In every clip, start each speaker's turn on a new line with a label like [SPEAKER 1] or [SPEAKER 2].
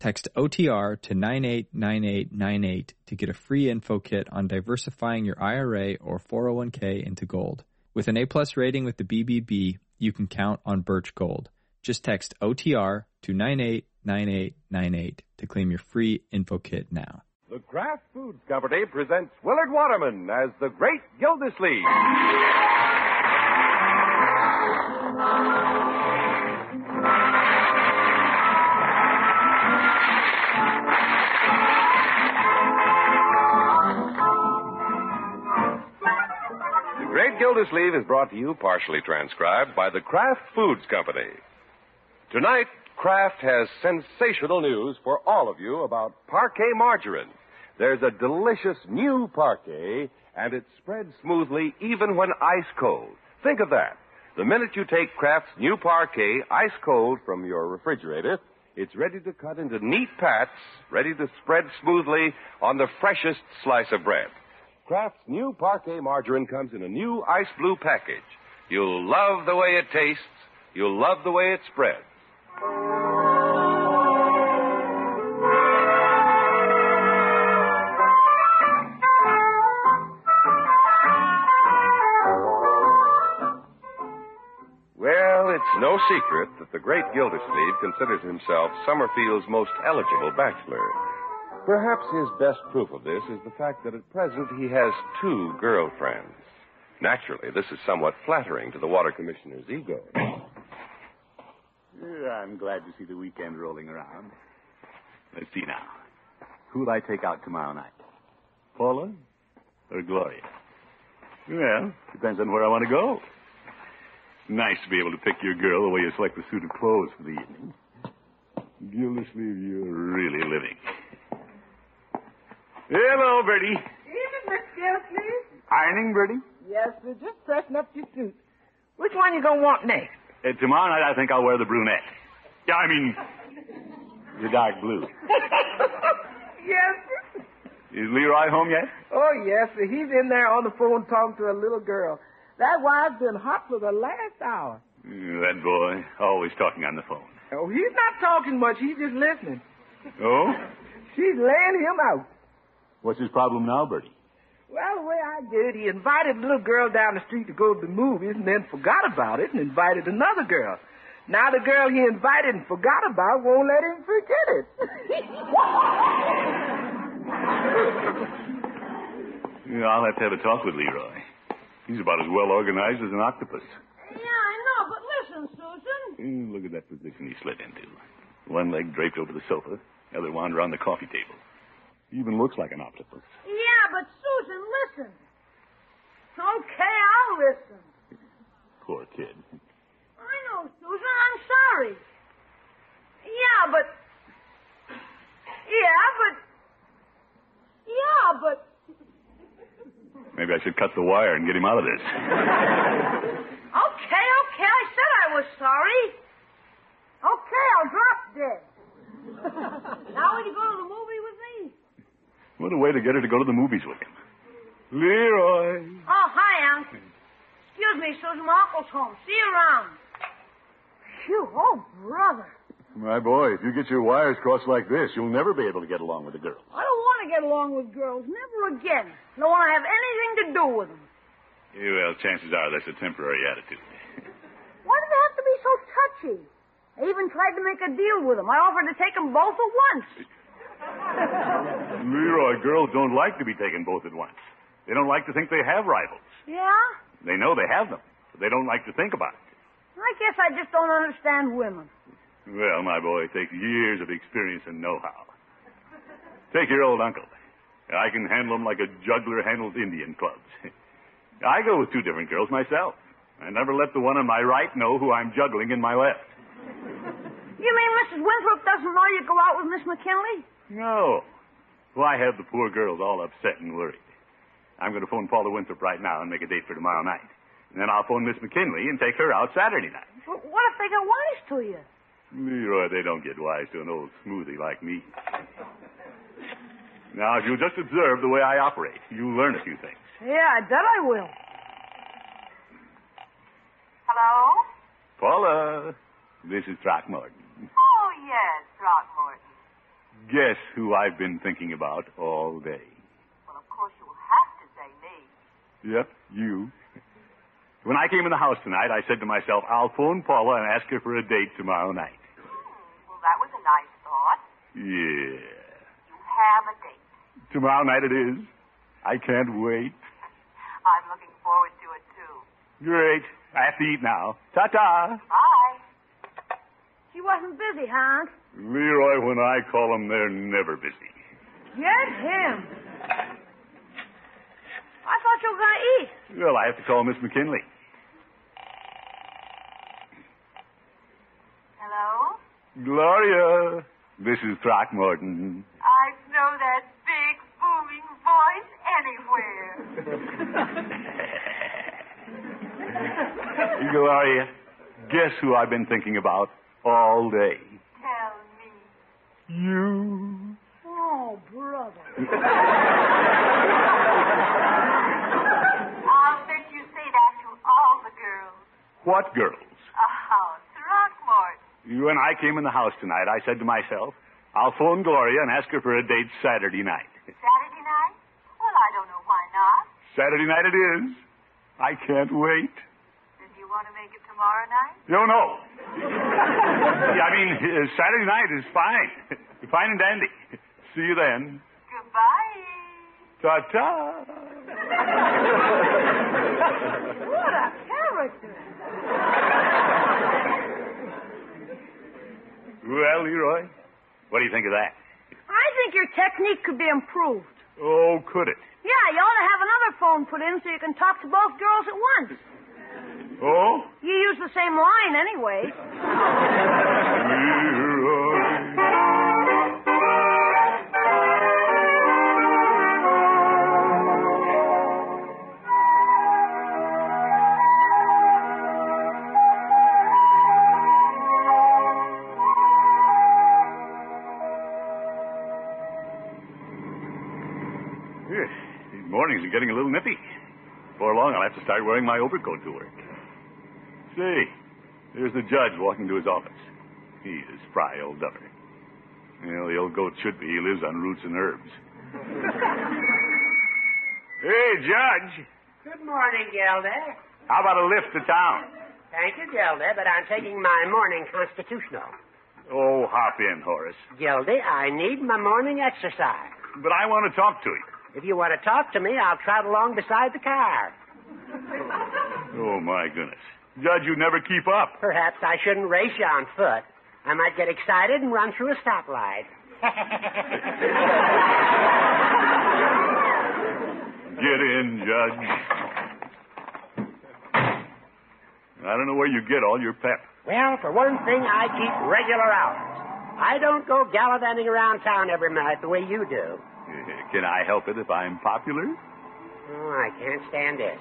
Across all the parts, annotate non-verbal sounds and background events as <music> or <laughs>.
[SPEAKER 1] Text OTR to 989898 to get a free info kit on diversifying your IRA or 401k into gold. With an A-plus rating with the BBB, you can count on Birch Gold. Just text OTR to 989898 to claim your free info kit now.
[SPEAKER 2] The Kraft Foods Company presents Willard Waterman as the Great Gildersleeve. The Great Gildersleeve is brought to you, partially transcribed, by the Kraft Foods Company. Tonight, Kraft has sensational news for all of you about parquet margarine. There's a delicious new parquet, and it spreads smoothly even when ice cold. Think of that. The minute you take Kraft's new parquet, ice cold, from your refrigerator, it's ready to cut into neat pats, ready to spread smoothly on the freshest slice of bread. Kraft's new parquet margarine comes in a new ice blue package. You'll love the way it tastes. You'll love the way it spreads. Well, it's no secret that the great Gildersleeve considers himself Summerfield's most eligible bachelor. Perhaps his best proof of this is the fact that at present he has two girlfriends. Naturally, this is somewhat flattering to the water commissioner's ego.
[SPEAKER 3] Yeah, Uh, I'm glad to see the weekend rolling around. Let's see now. Who'll I take out tomorrow night? Paula or Gloria? Well, depends on where I want to go. Nice to be able to pick your girl the way you select the suit of clothes for the evening. Gildersleeve, you're really living. Hello, Bertie.
[SPEAKER 4] Evening, Miss Gilsleeve.
[SPEAKER 3] Ironing, Bertie?
[SPEAKER 4] Yes, we're just pressing up your suit. Which one you gonna want next?
[SPEAKER 3] Uh, tomorrow night, I think I'll wear the brunette. Yeah, I mean, the dark blue.
[SPEAKER 4] <laughs> Yes, sir.
[SPEAKER 3] Is Leroy home yet?
[SPEAKER 4] Oh, yes, sir. He's in there on the phone talking to a little girl. That wine's been hot for the last hour.
[SPEAKER 3] Mm, That boy, always talking on the phone.
[SPEAKER 4] Oh, he's not talking much. He's just listening.
[SPEAKER 3] Oh?
[SPEAKER 4] She's laying him out.
[SPEAKER 3] What's his problem now, Bertie?
[SPEAKER 4] Well, the way I get it, he invited the little girl down the street to go to the movies and then forgot about it and invited another girl. Now the girl he invited and forgot about won't let him forget <laughs> it.
[SPEAKER 3] Yeah, I'll have to have a talk with Leroy. He's about as well organized as an octopus.
[SPEAKER 5] Yeah, I know, but listen, Susan.
[SPEAKER 3] Mm, Look at that position he slid into. One leg draped over the sofa, the other wound around the coffee table. He even looks like an octopus.
[SPEAKER 5] Yeah, but Susan, listen. Okay, I'll listen.
[SPEAKER 3] Poor kid.
[SPEAKER 5] I know, Susan. I'm sorry. Yeah, but. Yeah, but. Yeah, but.
[SPEAKER 3] Maybe I should cut the wire and get him out of this. <laughs>
[SPEAKER 5] Okay, okay. I said I was sorry. Okay, I'll drop dead. <laughs> now will you go to the movie with me?
[SPEAKER 3] What a way to get her to go to the movies with him. Leroy.
[SPEAKER 5] Oh, hi, Uncle. Excuse me, Susan. My uncle's home. See you around. Phew, oh, brother.
[SPEAKER 3] My boy, if you get your wires crossed like this, you'll never be able to get along with the girls.
[SPEAKER 5] I don't want to get along with girls. Never again. Don't want to have anything to do with them.
[SPEAKER 3] Well, chances are that's a temporary attitude.
[SPEAKER 5] Why do they have to be so touchy? I even tried to make a deal with them. I offered to take them both at once.
[SPEAKER 3] Leroy, girls don't like to be taken both at once. They don't like to think they have rivals.
[SPEAKER 5] Yeah?
[SPEAKER 3] They know they have them, but they don't like to think about it.
[SPEAKER 5] I guess I just don't understand women.
[SPEAKER 3] Well, my boy, it takes years of experience and know-how. Take your old uncle. I can handle him like a juggler handles Indian clubs. <laughs> I go with two different girls myself. I never let the one on my right know who I'm juggling in my left.
[SPEAKER 5] You mean Mrs. Winthrop doesn't know you go out with Miss McKinley?
[SPEAKER 3] No. Why have the poor girls all upset and worried? I'm going to phone Paula Winthrop right now and make a date for tomorrow night. And then I'll phone Miss McKinley and take her out Saturday night.
[SPEAKER 5] Wh- What if they get wise to you?
[SPEAKER 3] Leroy, they don't get wise to an old smoothie like me. Now, if you'll just observe the way I operate, you'll learn a few things.
[SPEAKER 5] Yeah, I bet I will.
[SPEAKER 6] Hello?
[SPEAKER 3] Paula, this is Throckmorton.
[SPEAKER 6] Oh, yes, Throckmorton.
[SPEAKER 3] Guess who I've been thinking about all day?
[SPEAKER 6] Well, of course, you will have to say me.
[SPEAKER 3] Yep, you. When I came in the house tonight, I said to myself, I'll phone Paula and ask her for a date tomorrow night.
[SPEAKER 6] Hmm, well, that was a nice thought.
[SPEAKER 3] Yeah.
[SPEAKER 6] You have a date.
[SPEAKER 3] Tomorrow night it is. I can't wait.
[SPEAKER 6] I'm looking forward to it, too.
[SPEAKER 3] Great. I have to eat now. Ta ta.
[SPEAKER 6] Bye.
[SPEAKER 5] She wasn't busy, huh?
[SPEAKER 3] Leroy, when I call them, they're never busy.
[SPEAKER 5] Get him. I thought you were going to eat.
[SPEAKER 3] Well, I have to call Miss McKinley.
[SPEAKER 6] Hello?
[SPEAKER 3] Gloria, this is Throckmorton.
[SPEAKER 6] I'd know that big, booming voice anywhere.
[SPEAKER 3] Gloria, guess who I've been thinking about all day?
[SPEAKER 6] Tell me.
[SPEAKER 3] You.
[SPEAKER 5] Oh, brother.
[SPEAKER 6] I'll bet you say that to all the girls.
[SPEAKER 3] What girls?
[SPEAKER 6] Oh, Throckmorton.
[SPEAKER 3] When I came in the house tonight, I said to myself, I'll phone Gloria and ask her for a date Saturday night.
[SPEAKER 6] Saturday night? Well, I don't know why not.
[SPEAKER 3] Saturday night it is. I can't wait.
[SPEAKER 6] Then you want to make it tomorrow night?
[SPEAKER 3] No, no. Yeah, I mean, uh, Saturday night is fine. <laughs> Fine and dandy. See you then.
[SPEAKER 6] Goodbye.
[SPEAKER 3] Ta ta.
[SPEAKER 5] What a character.
[SPEAKER 3] Well, Leroy, what do you think of that?
[SPEAKER 5] I think your technique could be improved.
[SPEAKER 3] Oh, could it?
[SPEAKER 5] Yeah, you ought to have another phone put in so you can talk to both girls at once.
[SPEAKER 3] Oh?
[SPEAKER 5] You use the same line anyway.
[SPEAKER 3] Leroy. Yes, These mornings are getting a little nippy. Before long, I'll have to start wearing my overcoat to work. Say, there's the judge walking to his office. He is spry old duffer. Well, the old goat should be. He lives on roots and herbs. hey, Judge,
[SPEAKER 7] Good morning, Gelder.
[SPEAKER 3] how about a lift to town?
[SPEAKER 7] Thank you, Gelder, but I'm taking my morning constitutional.
[SPEAKER 3] Oh, hop in, Horace.
[SPEAKER 7] Gildy, I need my morning exercise.
[SPEAKER 3] But I want to talk to you.
[SPEAKER 7] If you want to talk to me, I'll trot along beside the car.
[SPEAKER 3] Oh, my goodness. Judge, you never keep up.
[SPEAKER 7] Perhaps I shouldn't race you on foot. I might get excited and run through a stoplight.
[SPEAKER 3] Get in, Judge. I don't know where you get all your pep.
[SPEAKER 7] well, for one thing, I keep regular hours. I don't go gallivanting around town every night the way you do.
[SPEAKER 3] Eh, Can I help it if I'm popular?
[SPEAKER 7] Oh, I can't stand this.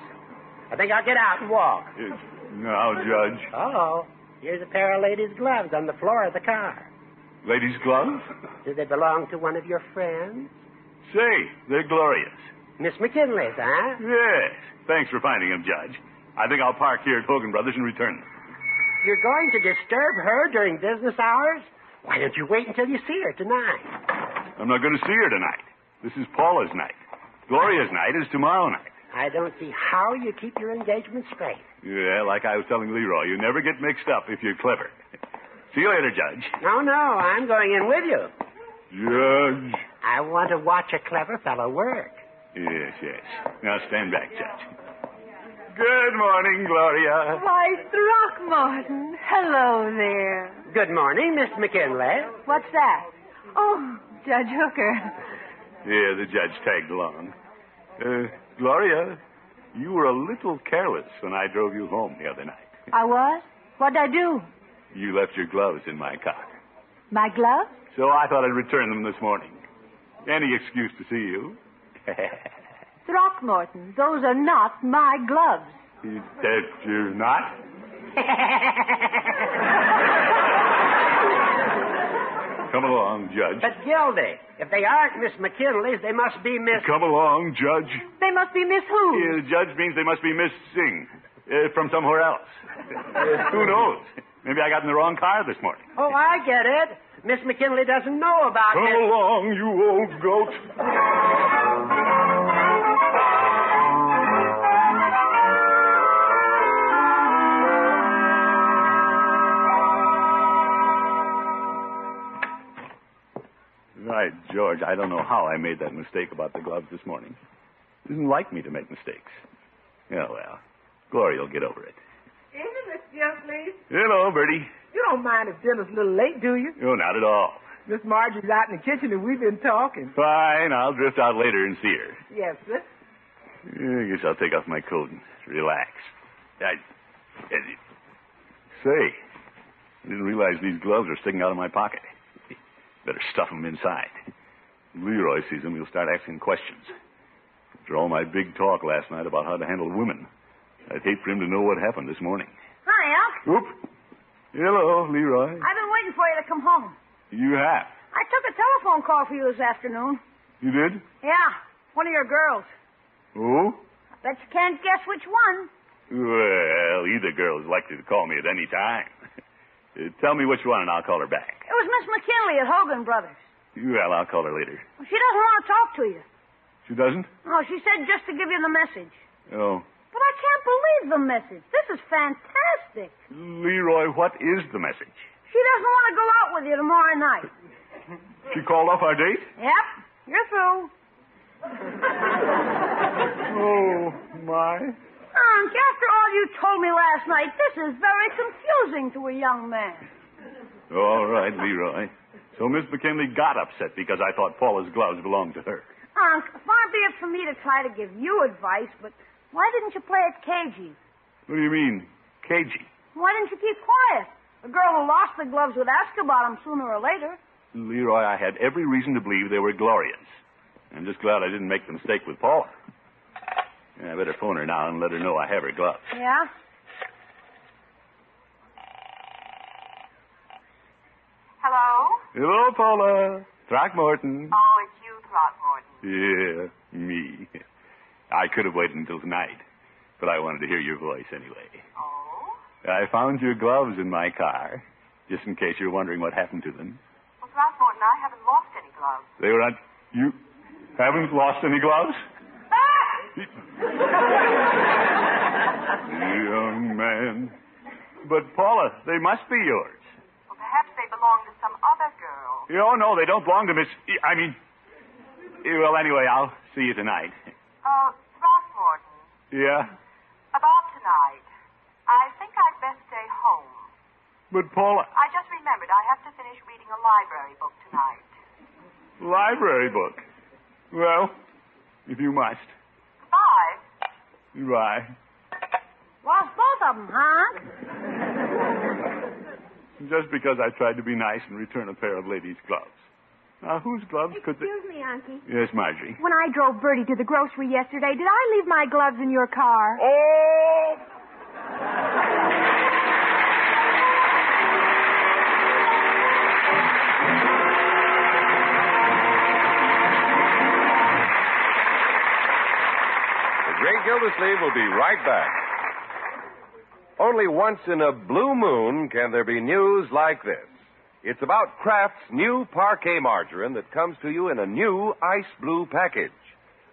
[SPEAKER 7] I think I'll get out and walk.
[SPEAKER 3] Yes. Now, Judge.
[SPEAKER 7] Oh, here's a pair of ladies' gloves on the floor of the car.
[SPEAKER 3] Ladies' gloves?
[SPEAKER 7] Do they belong to one of your friends?
[SPEAKER 3] Say, they're glorious.
[SPEAKER 7] Miss McKinley's, huh?
[SPEAKER 3] Yes. Thanks for finding them, Judge. I think I'll park here at Hogan Brothers and return them.
[SPEAKER 7] You're going to disturb her during business hours? Why don't you wait until you see her tonight?
[SPEAKER 3] I'm not going to see her tonight. This is Paula's night. Gloria's night is tomorrow night.
[SPEAKER 7] I don't see how you keep your engagement straight.
[SPEAKER 3] Yeah, like I was telling Leroy, you never get mixed up if you're clever. See you later, Judge.
[SPEAKER 7] No, no, I'm going in with you.
[SPEAKER 3] Judge.
[SPEAKER 7] I want to watch a clever fellow work.
[SPEAKER 3] Yes, yes. Now stand back, Judge. Good morning, Gloria.
[SPEAKER 8] Why, Throckmorton. Hello there.
[SPEAKER 7] Good morning, Miss McKinley. <laughs>
[SPEAKER 8] What's that? Oh, Judge Hooker.
[SPEAKER 3] Yeah, the judge tagged along. Uh, Gloria, you were a little careless when I drove you home the other night.
[SPEAKER 8] I was? What'd I do?
[SPEAKER 3] You left your gloves in my car.
[SPEAKER 8] My glove?
[SPEAKER 3] So I thought I'd return them this morning. Any excuse to see you.
[SPEAKER 8] Throckmorton, those are not my gloves.
[SPEAKER 3] You- That you're not? Come along, Judge.
[SPEAKER 7] But, Gildy, if they aren't Miss McKinley's, they must be Miss.
[SPEAKER 3] Come along, Judge.
[SPEAKER 8] They must be Miss Who?
[SPEAKER 3] Uh, judge means they must be Miss Singh uh, from somewhere else. Uh, who knows? Maybe I got in the wrong car this morning.
[SPEAKER 7] Oh, I get it. Miss McKinley doesn't know about
[SPEAKER 3] Come
[SPEAKER 7] Miss.
[SPEAKER 3] along, you old goat. Right, George, I don't know how I made that mistake about the gloves this morning. It isn't like me to make mistakes. Yeah, well, Gloria will get over it.
[SPEAKER 4] Evening, Miss Gildersleeve.
[SPEAKER 3] Hello, Bertie.
[SPEAKER 4] You don't mind if dinner's a little late, do you?
[SPEAKER 3] Oh, not at all.
[SPEAKER 4] Miss Marjorie's out in the kitchen and we've been talking.
[SPEAKER 3] Fine, I'll drift out later and see her.
[SPEAKER 4] Yes, sir.
[SPEAKER 3] I guess I'll take off my coat and relax. I, I- say, I didn't realize these gloves are sticking out of my pocket. Better stuff 'em inside. Leroy sees 'em, he'll start asking questions. After all my big talk last night about how to handle women, I'd hate for him to know what happened this morning.
[SPEAKER 5] Hi, Elk.
[SPEAKER 3] Oop. Hello, Leroy.
[SPEAKER 5] I've been waiting for you to come home.
[SPEAKER 3] You have.
[SPEAKER 5] I took a telephone call for you this afternoon.
[SPEAKER 3] You did?
[SPEAKER 5] Yeah, one of your girls.
[SPEAKER 3] Oh?
[SPEAKER 5] Bet you can't guess which one.
[SPEAKER 3] Well, either girl is likely to call me at any time. <laughs> Uh, Tell me which one, and I'll call her back.
[SPEAKER 5] It was Miss McKinley at Hogan Brothers.
[SPEAKER 3] Well, I'll call her later.
[SPEAKER 5] She doesn't want to talk to you.
[SPEAKER 3] She doesn't?
[SPEAKER 5] Oh, she said just to give you the message.
[SPEAKER 3] Oh.
[SPEAKER 5] But I can't believe the message. This is fantastic.
[SPEAKER 3] Leroy, what is the message?
[SPEAKER 5] She doesn't want to go out with you tomorrow night.
[SPEAKER 3] She called off our date?
[SPEAKER 5] Yep, you're through.
[SPEAKER 3] <laughs> Oh, my.
[SPEAKER 5] Unc, after all you told me last night, this is very confusing to a young man.
[SPEAKER 3] All right, Leroy. So Miss McKinley got upset because I thought Paula's gloves belonged to her.
[SPEAKER 5] Unc, far be it from me to try to give you advice, but why didn't you play it cagey?
[SPEAKER 3] What do you mean, cagey?
[SPEAKER 5] Why didn't you keep quiet? The girl who lost the gloves would ask about them sooner or later.
[SPEAKER 3] Leroy, I had every reason to believe they were Gloria's. I'm just glad I didn't make the mistake with Paula. I better phone her now and let her know I have her gloves.
[SPEAKER 5] Yeah?
[SPEAKER 6] Hello?
[SPEAKER 3] Hello, Paula. Throckmorton.
[SPEAKER 6] Oh, it's you, Throckmorton.
[SPEAKER 3] Yeah, me. I could have waited until tonight, but I wanted to hear your voice anyway.
[SPEAKER 6] Oh?
[SPEAKER 3] I found your gloves in my car, just in case you're wondering what happened to them.
[SPEAKER 6] Well, Throckmorton, I haven't lost any gloves.
[SPEAKER 3] They were on. You haven't lost any gloves? Young man. But, Paula, they must be yours.
[SPEAKER 6] Well, perhaps they belong to some other girl.
[SPEAKER 3] Oh, no, they don't belong to Miss. I mean. Well, anyway, I'll see you tonight.
[SPEAKER 6] Uh, Throckmorton,
[SPEAKER 3] Yeah?
[SPEAKER 6] about tonight. I think I'd best stay home.
[SPEAKER 3] But, Paula,
[SPEAKER 6] I just remembered I have to finish reading a library book tonight.
[SPEAKER 3] library book. Well, if you must.
[SPEAKER 6] Goodbye.
[SPEAKER 3] Goodbye.
[SPEAKER 5] Lost both of them, huh?
[SPEAKER 3] Just because I tried to be nice and return a pair of ladies' gloves. Now, whose gloves could they...
[SPEAKER 8] Excuse me, Unky.
[SPEAKER 3] Yes, Marjorie.
[SPEAKER 8] When I drove Bertie to the grocery yesterday, did I leave my gloves in your car?
[SPEAKER 3] Oh!
[SPEAKER 2] The Great Gildersleeve will be right back. Only once in a blue moon can there be news like this. It's about Kraft's new parquet margarine that comes to you in a new ice blue package.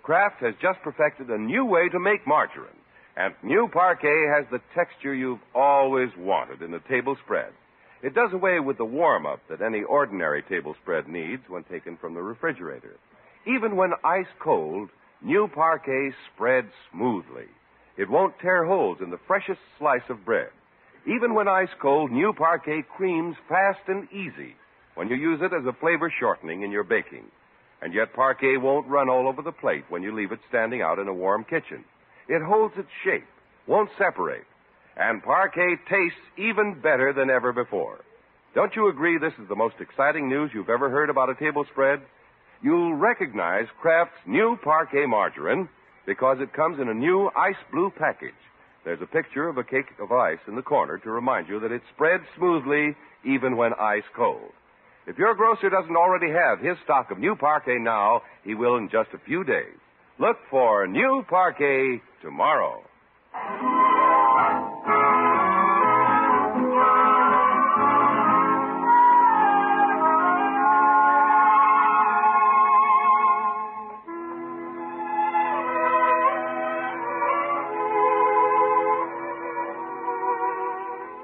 [SPEAKER 2] Kraft has just perfected a new way to make margarine, and new parquet has the texture you've always wanted in a table spread. It does away with the warm up that any ordinary table spread needs when taken from the refrigerator. Even when ice cold, new parquet spreads smoothly. It won't tear holes in the freshest slice of bread. Even when ice cold, new parquet creams fast and easy when you use it as a flavor shortening in your baking. And yet parquet won't run all over the plate when you leave it standing out in a warm kitchen. It holds its shape, won't separate, and parquet tastes even better than ever before. Don't you agree this is the most exciting news you've ever heard about a table spread? You'll recognize Kraft's new parquet margarine because it comes in a new ice blue package. There's a picture of a cake of ice in the corner to remind you that it spreads smoothly even when ice cold. If your grocer doesn't already have his stock of new parquet now, he will in just a few days. Look for new parquet tomorrow.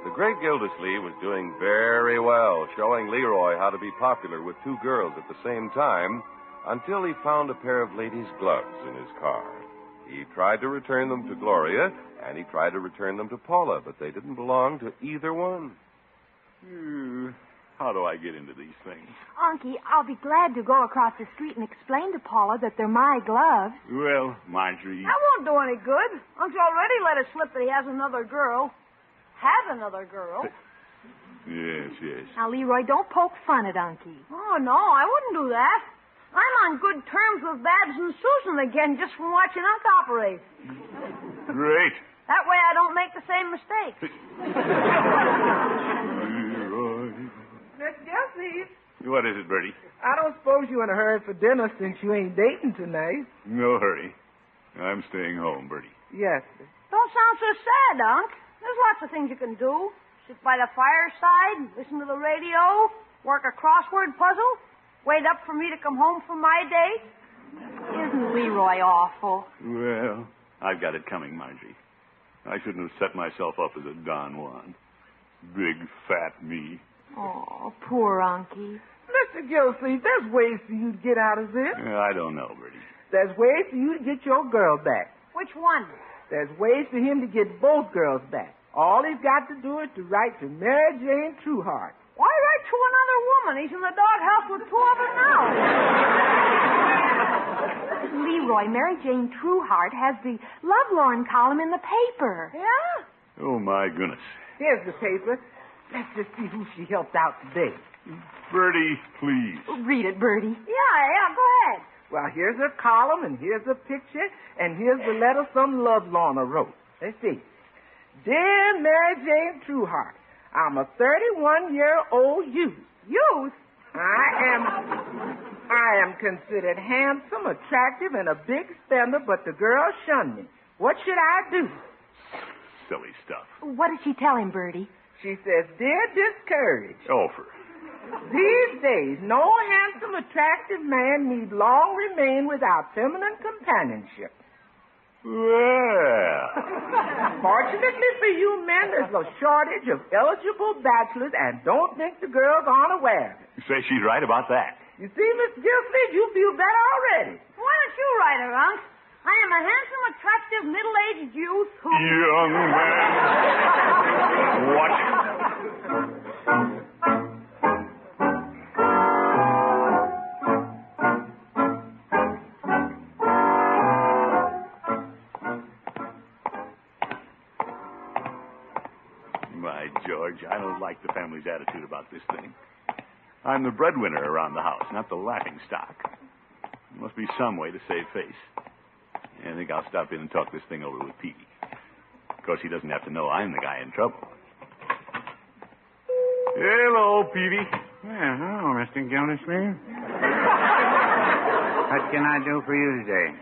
[SPEAKER 2] The great Gildersleeve was doing very well, showing Leroy how to be popular with two girls at the same time until he found a pair of ladies' gloves in his car. He tried to return them to Gloria, and he tried to return them to Paula, but they didn't belong to either one.
[SPEAKER 3] Hmm, How do I get into these things?
[SPEAKER 8] Unky, I'll be glad to go across the street and explain to Paula that they're my gloves.
[SPEAKER 3] Well, Marjorie.
[SPEAKER 5] That won't do any good. Uncle's already let it slip that he has another girl. Have another girl.
[SPEAKER 3] Yes, yes.
[SPEAKER 8] <laughs> Now, Leroy, don't poke fun at Unky.
[SPEAKER 5] Oh, no, I wouldn't do that. I'm on good terms with Babs and Susan again just from watching us operate.
[SPEAKER 3] Great.
[SPEAKER 5] That way I don't make the same mistake.
[SPEAKER 3] Leroy.
[SPEAKER 4] Miss Gilsey,
[SPEAKER 3] What is it, Bertie?
[SPEAKER 4] I don't suppose you're in a hurry for dinner since you ain't dating tonight.
[SPEAKER 3] No hurry. I'm staying home, Bertie.
[SPEAKER 4] Yes, sir.
[SPEAKER 5] Don't sound so sad, Unc. There's lots of things you can do. Sit by the fireside, listen to the radio, work a crossword puzzle, wait up for me to come home from my date.
[SPEAKER 8] Isn't Leroy awful?
[SPEAKER 3] Well, I've got it coming, Margie. I shouldn't have set myself up as a Don Juan. Big fat me.
[SPEAKER 8] Oh, poor Unky.
[SPEAKER 4] Mr. Gilsey, there's ways for you to get out of this.
[SPEAKER 3] Eh, I don't know, Bertie.
[SPEAKER 4] There's ways for you to get your girl back.
[SPEAKER 5] Which one?
[SPEAKER 4] There's ways for him to get both girls back. All he's got to do is to write to Mary Jane Trueheart.
[SPEAKER 5] Why write to another woman? He's in the doghouse with two of them now.
[SPEAKER 8] Leroy, Mary Jane Trueheart has the lovelorn column in the paper.
[SPEAKER 5] Yeah?
[SPEAKER 3] Oh, my goodness.
[SPEAKER 4] Here's the paper. Let's just see who she helped out today.
[SPEAKER 3] Bertie, please.
[SPEAKER 8] Read it, Bertie.
[SPEAKER 5] Yeah, yeah, go ahead.
[SPEAKER 4] Well, here's her column, and here's a picture, and here's the letter some love Lorna wrote. Let's see. Dear Mary Jane Trueheart, I'm a 31 year old youth. Youth? I am. I am considered handsome, attractive, and a big spender, but the girls shun me. What should I do?
[SPEAKER 3] Silly stuff.
[SPEAKER 8] What did she tell him, Bertie?
[SPEAKER 4] She says, Dear Discourage,
[SPEAKER 3] Offer.
[SPEAKER 4] These days, no handsome, attractive man need long remain without feminine companionship.
[SPEAKER 3] Well,
[SPEAKER 4] Fortunately for you men, there's no shortage of eligible bachelors, and don't think the girls aren't aware. of it.
[SPEAKER 3] say she's right about that.
[SPEAKER 4] You see, Miss Gilsey, you feel better already.
[SPEAKER 5] Why don't you write her, Unc? I am a handsome, attractive, middle-aged youth who...
[SPEAKER 3] Young man. What? My George, I don't like the family's attitude about this thing. I'm the breadwinner around the house, not the laughing stock. There must be some way to save face. I think I'll stop in and talk this thing over with Peavy. Of course, he doesn't have to know I'm the guy in trouble. Hello, Peavy.
[SPEAKER 9] Yeah, hello, Mr. Gildersleeve. what can I do for you today?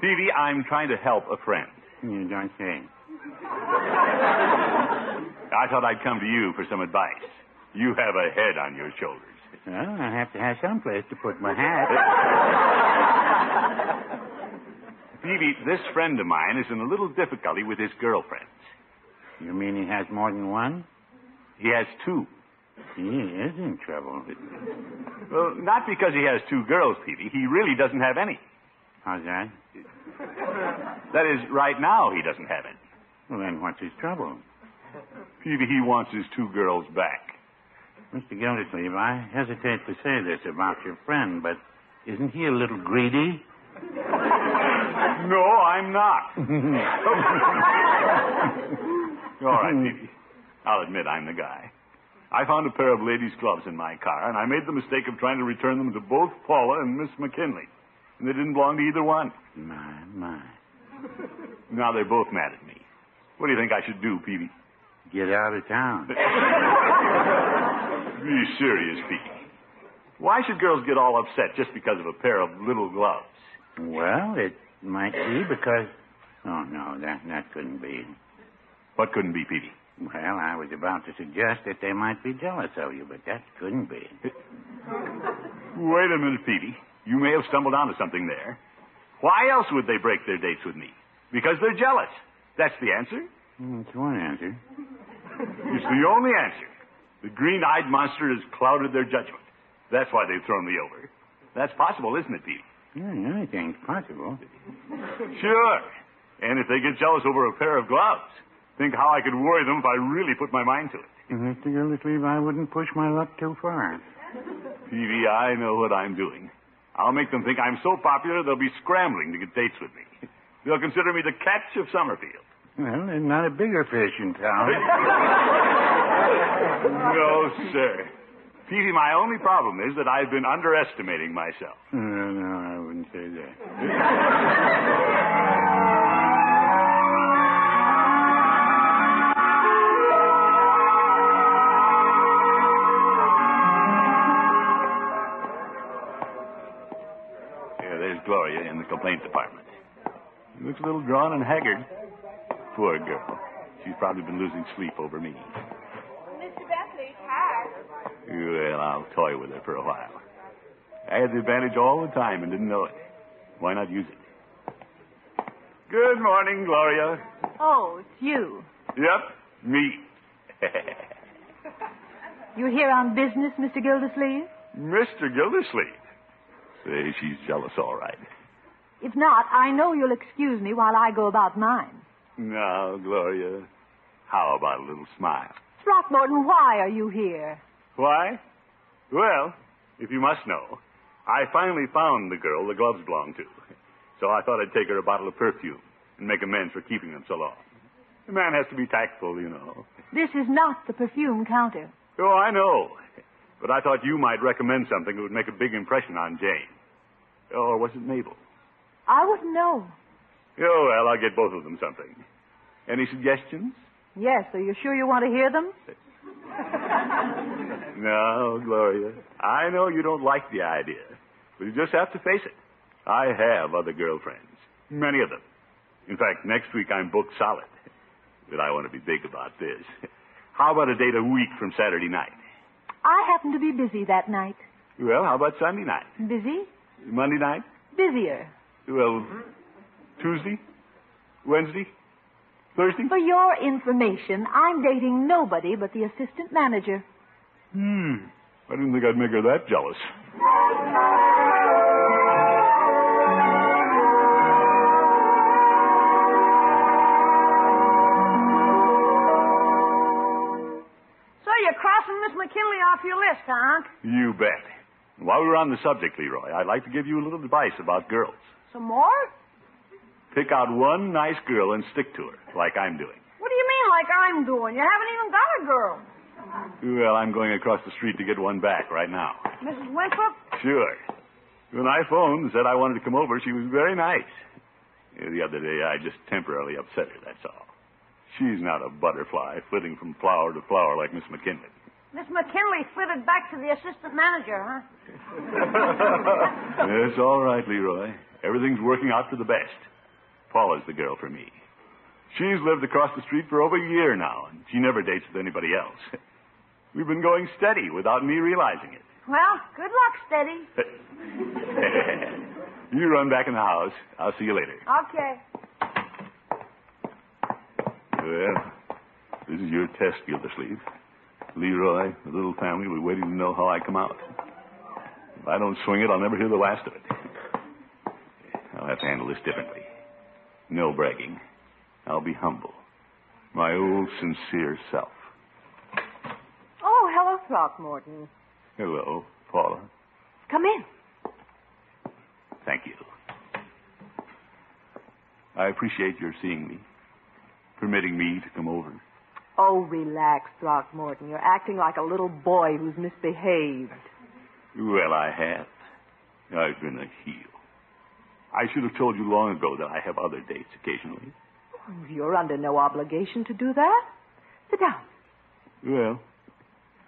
[SPEAKER 3] Peavy, I'm trying to help a friend.
[SPEAKER 9] You don't say.
[SPEAKER 3] I thought I'd come to you for some advice. You have a head on your shoulders.
[SPEAKER 9] Well, I have to have some place to put my hat.
[SPEAKER 3] Peavy, this friend of mine is in a little difficulty with his girlfriends.
[SPEAKER 9] You mean he has more than one?
[SPEAKER 3] He has two.
[SPEAKER 9] He is in trouble.
[SPEAKER 3] Well, not because he has two girls, Peavy. He really doesn't have any.
[SPEAKER 9] How's that?
[SPEAKER 3] That is, right now he doesn't have any.
[SPEAKER 9] Well, then what's his trouble?
[SPEAKER 3] Peavy, he wants his two girls back.
[SPEAKER 9] Mr. Gildersleeve, I hesitate to say this about your friend, but isn't he a little greedy?
[SPEAKER 3] No, I'm not. All right, Peavy. I'll admit I'm the guy. I found a pair of ladies' gloves in my car, and I made the mistake of trying to return them to both Paula and Miss McKinley. And they didn't belong to either one.
[SPEAKER 9] My, my.
[SPEAKER 3] Now they're both mad at me. What do you think I should do, Peavy?
[SPEAKER 9] Get out of town.
[SPEAKER 3] Be serious, Peavy. Why should girls get all upset just because of a pair of little gloves?
[SPEAKER 9] Well, it might be because. Oh, no, that, that couldn't be.
[SPEAKER 3] What couldn't be, Peavy?
[SPEAKER 9] Well, I was about to suggest that they might be jealous of you, but that couldn't be.
[SPEAKER 3] Wait a minute, Peavy. You may have stumbled onto something there. Why else would they break their dates with me? Because they're jealous. That's the answer.
[SPEAKER 9] That's one answer.
[SPEAKER 3] It's the only answer. The green eyed monster has clouded their judgment. That's why they've thrown me over. That's possible, isn't it, Peavy?
[SPEAKER 9] Yeah, anything's possible.
[SPEAKER 3] Sure. And if they get jealous over a pair of gloves, think how I could worry them if I really put my mind to it.
[SPEAKER 9] Mr. Gildersleeve, I wouldn't push my luck too far.
[SPEAKER 3] Peavy, I know what I'm doing. I'll make them think I'm so popular they'll be scrambling to get dates with me. They'll consider me the catch of Summerfield.
[SPEAKER 9] Well, there's not a bigger fish in town.
[SPEAKER 3] No, sir. Peavy, my only problem is that I've been underestimating myself.
[SPEAKER 9] no, no, I wouldn't say that.
[SPEAKER 3] Here, there's Gloria in the complaint department. Looks a little drawn and haggard. Poor girl. She's probably been losing sleep over me.
[SPEAKER 6] Mr. Beckley's tired.
[SPEAKER 3] Well, I'll toy with her for a while. I had the advantage all the time and didn't know it. Why not use it? Good morning, Gloria.
[SPEAKER 10] Oh, it's you.
[SPEAKER 3] Yep, <laughs> me.
[SPEAKER 10] You here on business, Mr. Gildersleeve?
[SPEAKER 3] Mr. Gildersleeve. Say, she's jealous, all right.
[SPEAKER 10] If not, I know you'll excuse me while I go about mine.
[SPEAKER 3] Now, Gloria, how about a little smile?
[SPEAKER 10] Throckmorton, why are you here?
[SPEAKER 3] Why? Well, if you must know, I finally found the girl the gloves belonged to. So I thought I'd take her a bottle of perfume and make amends for keeping them so long. A man has to be tactful, you know.
[SPEAKER 10] This is not the perfume counter.
[SPEAKER 3] Oh, I know. But I thought you might recommend something that would make a big impression on Jane. Oh, Or was it Mabel?
[SPEAKER 10] I wouldn't know.
[SPEAKER 3] Oh, well, I'll get both of them something. Any suggestions?
[SPEAKER 10] Yes, are you sure you want to hear them?
[SPEAKER 3] No, Gloria. I know you don't like the idea, but you just have to face it. I have other girlfriends, many of them. In fact, next week I'm booked solid. But I want to be big about this. How about a date a week from Saturday night?
[SPEAKER 10] I happen to be busy that night.
[SPEAKER 3] Well, how about Sunday night?
[SPEAKER 10] Busy?
[SPEAKER 3] Monday night?
[SPEAKER 10] Busier.
[SPEAKER 3] Well, Tuesday? Wednesday? Thursday?
[SPEAKER 10] For your information, I'm dating nobody but the assistant manager.
[SPEAKER 3] Hmm. I didn't think I'd make her that jealous.
[SPEAKER 5] So you're crossing Miss McKinley off your list, huh?
[SPEAKER 3] You bet. And While we're on the subject, Leroy, I'd like to give you a little advice about girls.
[SPEAKER 5] Some more?
[SPEAKER 3] Pick out one nice girl and stick to her, like I'm doing.
[SPEAKER 5] What do you mean, like I'm doing? You haven't even got a girl.
[SPEAKER 3] Well, I'm going across the street to get one back right now.
[SPEAKER 5] Mrs. Winthrop?
[SPEAKER 3] Sure. When I phoned and said I wanted to come over, she was very nice. The other day, I just temporarily upset her, that's all. She's not a butterfly flitting from flower to flower like Miss McKinley.
[SPEAKER 5] Miss McKinley flitted back to the assistant manager, huh?
[SPEAKER 3] It's all right, Leroy. Everything's working out for the best. Paula's the girl for me. She's lived across the street for over a year now, and she never dates with anybody else. We've been going steady without me realizing it.
[SPEAKER 5] Well, good luck, Steady.
[SPEAKER 3] <laughs> you run back in the house. I'll see you later.
[SPEAKER 5] Okay.
[SPEAKER 3] Well, this is your test, Gildersleeve. Leroy, the little family, were waiting to know how I come out. If I don't swing it, I'll never hear the last of it. I'll have to handle this differently. No bragging. I'll be humble. My old, sincere self.
[SPEAKER 10] Oh, hello, Throckmorton.
[SPEAKER 3] Hello, Paula.
[SPEAKER 10] Come in.
[SPEAKER 3] Thank you. I appreciate your seeing me, permitting me to come over.
[SPEAKER 10] Oh, relax, Throckmorton. You're acting like a little boy who's misbehaved.
[SPEAKER 3] Well, I have. I've been a heel. I should have told you long ago that I have other dates occasionally.
[SPEAKER 10] Oh, You're under no obligation to do that. Sit down.
[SPEAKER 3] Well,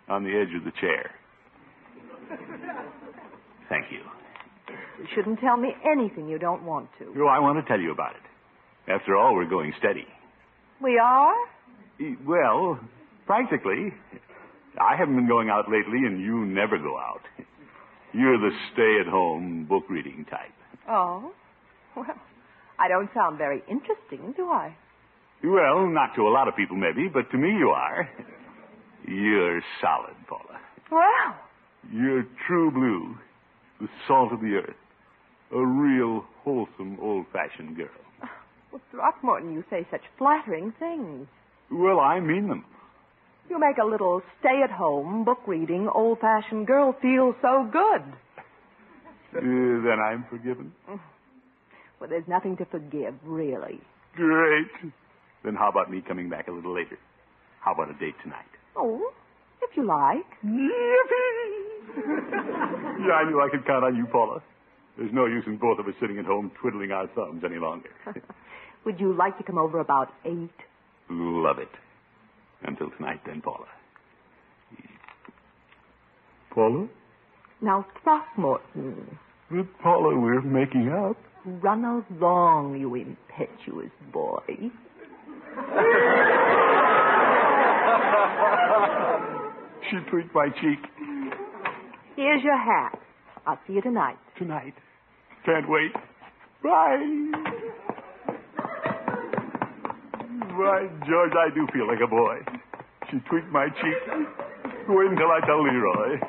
[SPEAKER 3] on the edge of the chair. Thank you.
[SPEAKER 10] You shouldn't tell me anything you don't want to.
[SPEAKER 3] Oh, I want to tell you about it. After all, we're going steady.
[SPEAKER 10] We are?
[SPEAKER 3] E- Well, practically. I haven't been going out lately, and you never go out. You're the stay at home book reading type.
[SPEAKER 10] Oh. Well, I don't sound very interesting, do I?
[SPEAKER 3] Well, not to a lot of people, maybe, but to me you are. You're solid, Paula.
[SPEAKER 10] Well,
[SPEAKER 3] You're true blue, the salt of the earth, a real wholesome old fashioned girl.
[SPEAKER 10] well, Throckmorton, you say such flattering things.
[SPEAKER 3] Well, I mean them.
[SPEAKER 10] You make a little stay at home, book reading, old fashioned girl feel so good.
[SPEAKER 3] Uh, then I'm forgiven.
[SPEAKER 10] Well, there's nothing to forgive, really.
[SPEAKER 3] Great. Then how about me coming back a little later? How about a date tonight?
[SPEAKER 10] Oh, if you like.
[SPEAKER 3] Yippee! yeah, I knew I could count on you, Paula. There's no use in both of us sitting at home twiddling our thumbs any longer.
[SPEAKER 10] Would you like to come over about eight?
[SPEAKER 3] <laughs> Love it. Until tonight, then, Paula. Paula?
[SPEAKER 10] Now, Throckmorton,
[SPEAKER 3] Paula, we're making up.
[SPEAKER 10] run along, you impetuous boy.
[SPEAKER 3] She tweaked my cheek.
[SPEAKER 10] Here's your hat. I'll see you tonight.
[SPEAKER 3] Tonight. Can't wait. Bye. Why, George, I do feel like a boy. She tweaked my cheek. Wait until I tell Leroy.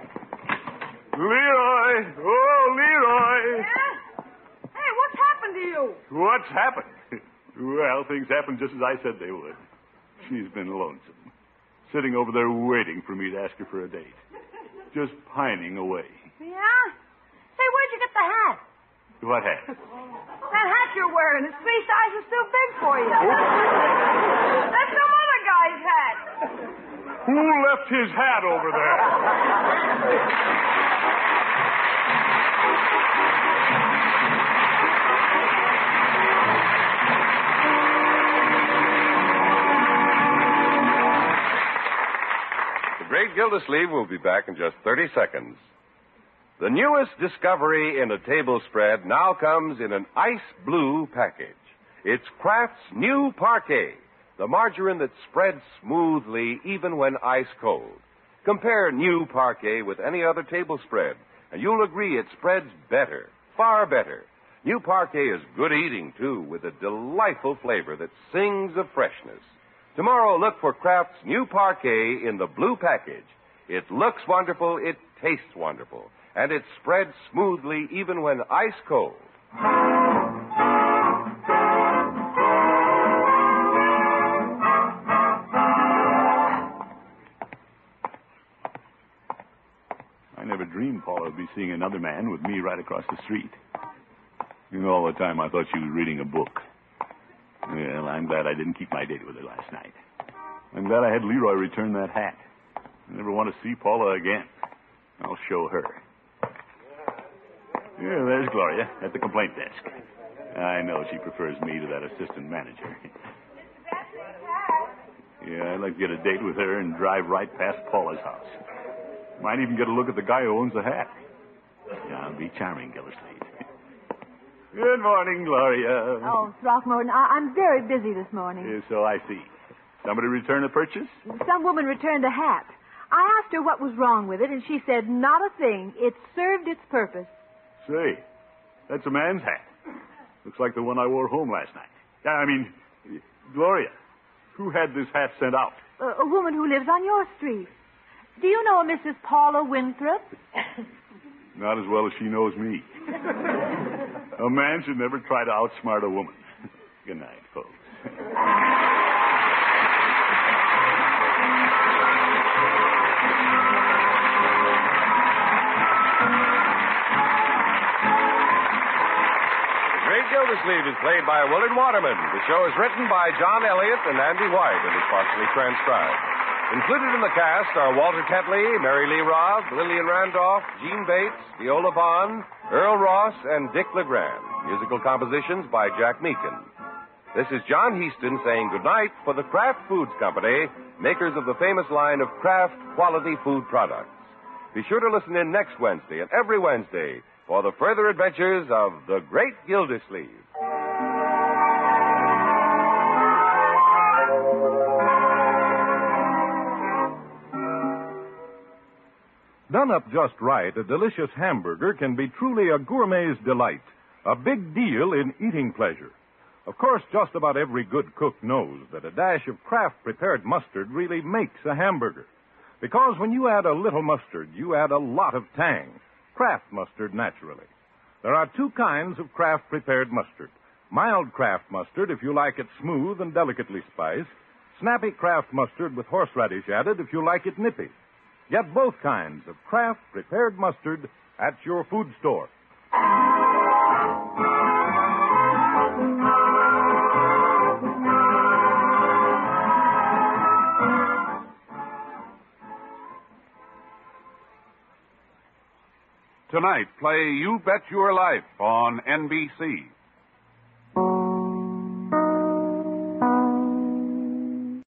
[SPEAKER 3] Leroy! Oh, Leroy!
[SPEAKER 5] Yeah? Hey, what's happened to you?
[SPEAKER 3] What's happened? Well, things happened just as I said they would. She's been lonesome, sitting over there waiting for me to ask her for a date, just pining away.
[SPEAKER 5] Yeah? Hey, where'd you get the hat?
[SPEAKER 3] What happened?
[SPEAKER 5] That hat you're wearing is three sizes too big for you. That's some other guy's hat.
[SPEAKER 3] Who left his hat over there?
[SPEAKER 2] The Great Gildersleeve will be back in just 30 seconds. The newest discovery in a table spread now comes in an ice blue package. It's Kraft's new parquet, the margarine that spreads smoothly even when ice cold. Compare new parquet with any other table spread, and you'll agree it spreads better, far better. New parquet is good eating, too, with a delightful flavor that sings of freshness. Tomorrow, look for Kraft's new parquet in the blue package. It looks wonderful, it tastes wonderful, and it spreads smoothly even when ice cold.
[SPEAKER 3] I never dreamed Paula would be seeing another man with me right across the street. And all the time I thought she was reading a book. Well, I'm glad I didn't keep my date with her last night. I'm glad I had Leroy return that hat. I never want to see Paula again. I'll show her. Yeah, there's Gloria at the complaint desk. I know she prefers me to that assistant manager. Yeah, I'd like to get a date with her and drive right past Paula's house. Might even get a look at the guy who owns the hat. Yeah, I'll be charming, Gildersleeve. <laughs> Good morning, Gloria.
[SPEAKER 10] Oh, Throckmorton, I- I'm very busy this morning.
[SPEAKER 3] Yeah, so I see. Somebody return a purchase?
[SPEAKER 10] Some woman returned a hat. I asked her what was wrong with it, and she said, not a thing. It served its purpose.
[SPEAKER 3] Say, that's a man's hat. Looks like the one I wore home last night. Yeah, I mean, Gloria, who had this hat sent out?
[SPEAKER 10] Uh, a woman who lives on your street. Do you know a Mrs. Paula Winthrop?
[SPEAKER 3] Not as well as she knows me. a man should never try to outsmart a woman. <laughs> Good night, folks.
[SPEAKER 2] The Great Gildersleeve is played by Willard Waterman. The show is written by John Elliott and Andy White and is partially transcribed. Included in the cast are Walter Tetley, Mary Lee Robb, Lillian Randolph, Gene Bates, Viola Vaughn, Earl Ross, and Dick LeGrand. Musical compositions by Jack Meakin. This is John Heaston saying goodnight for the Kraft Foods Company, makers of the famous line of Kraft quality food products. Be sure to listen in next Wednesday and every Wednesday for the further adventures of the Great Gildersleeve.
[SPEAKER 11] Done up just right, a delicious hamburger can be truly a gourmet's delight, a big deal in eating pleasure. Of course, just about every good cook knows that a dash of Kraft prepared mustard really makes a hamburger. Because when you add a little mustard, you add a lot of tang. Kraft mustard, naturally. There are two kinds of Kraft prepared mustard mild Kraft mustard, if you like it smooth and delicately spiced, snappy Kraft mustard with horseradish added, if you like it nippy. Get both kinds of Kraft prepared mustard at your food store.
[SPEAKER 12] Tonight, play You Bet Your Life on NBC.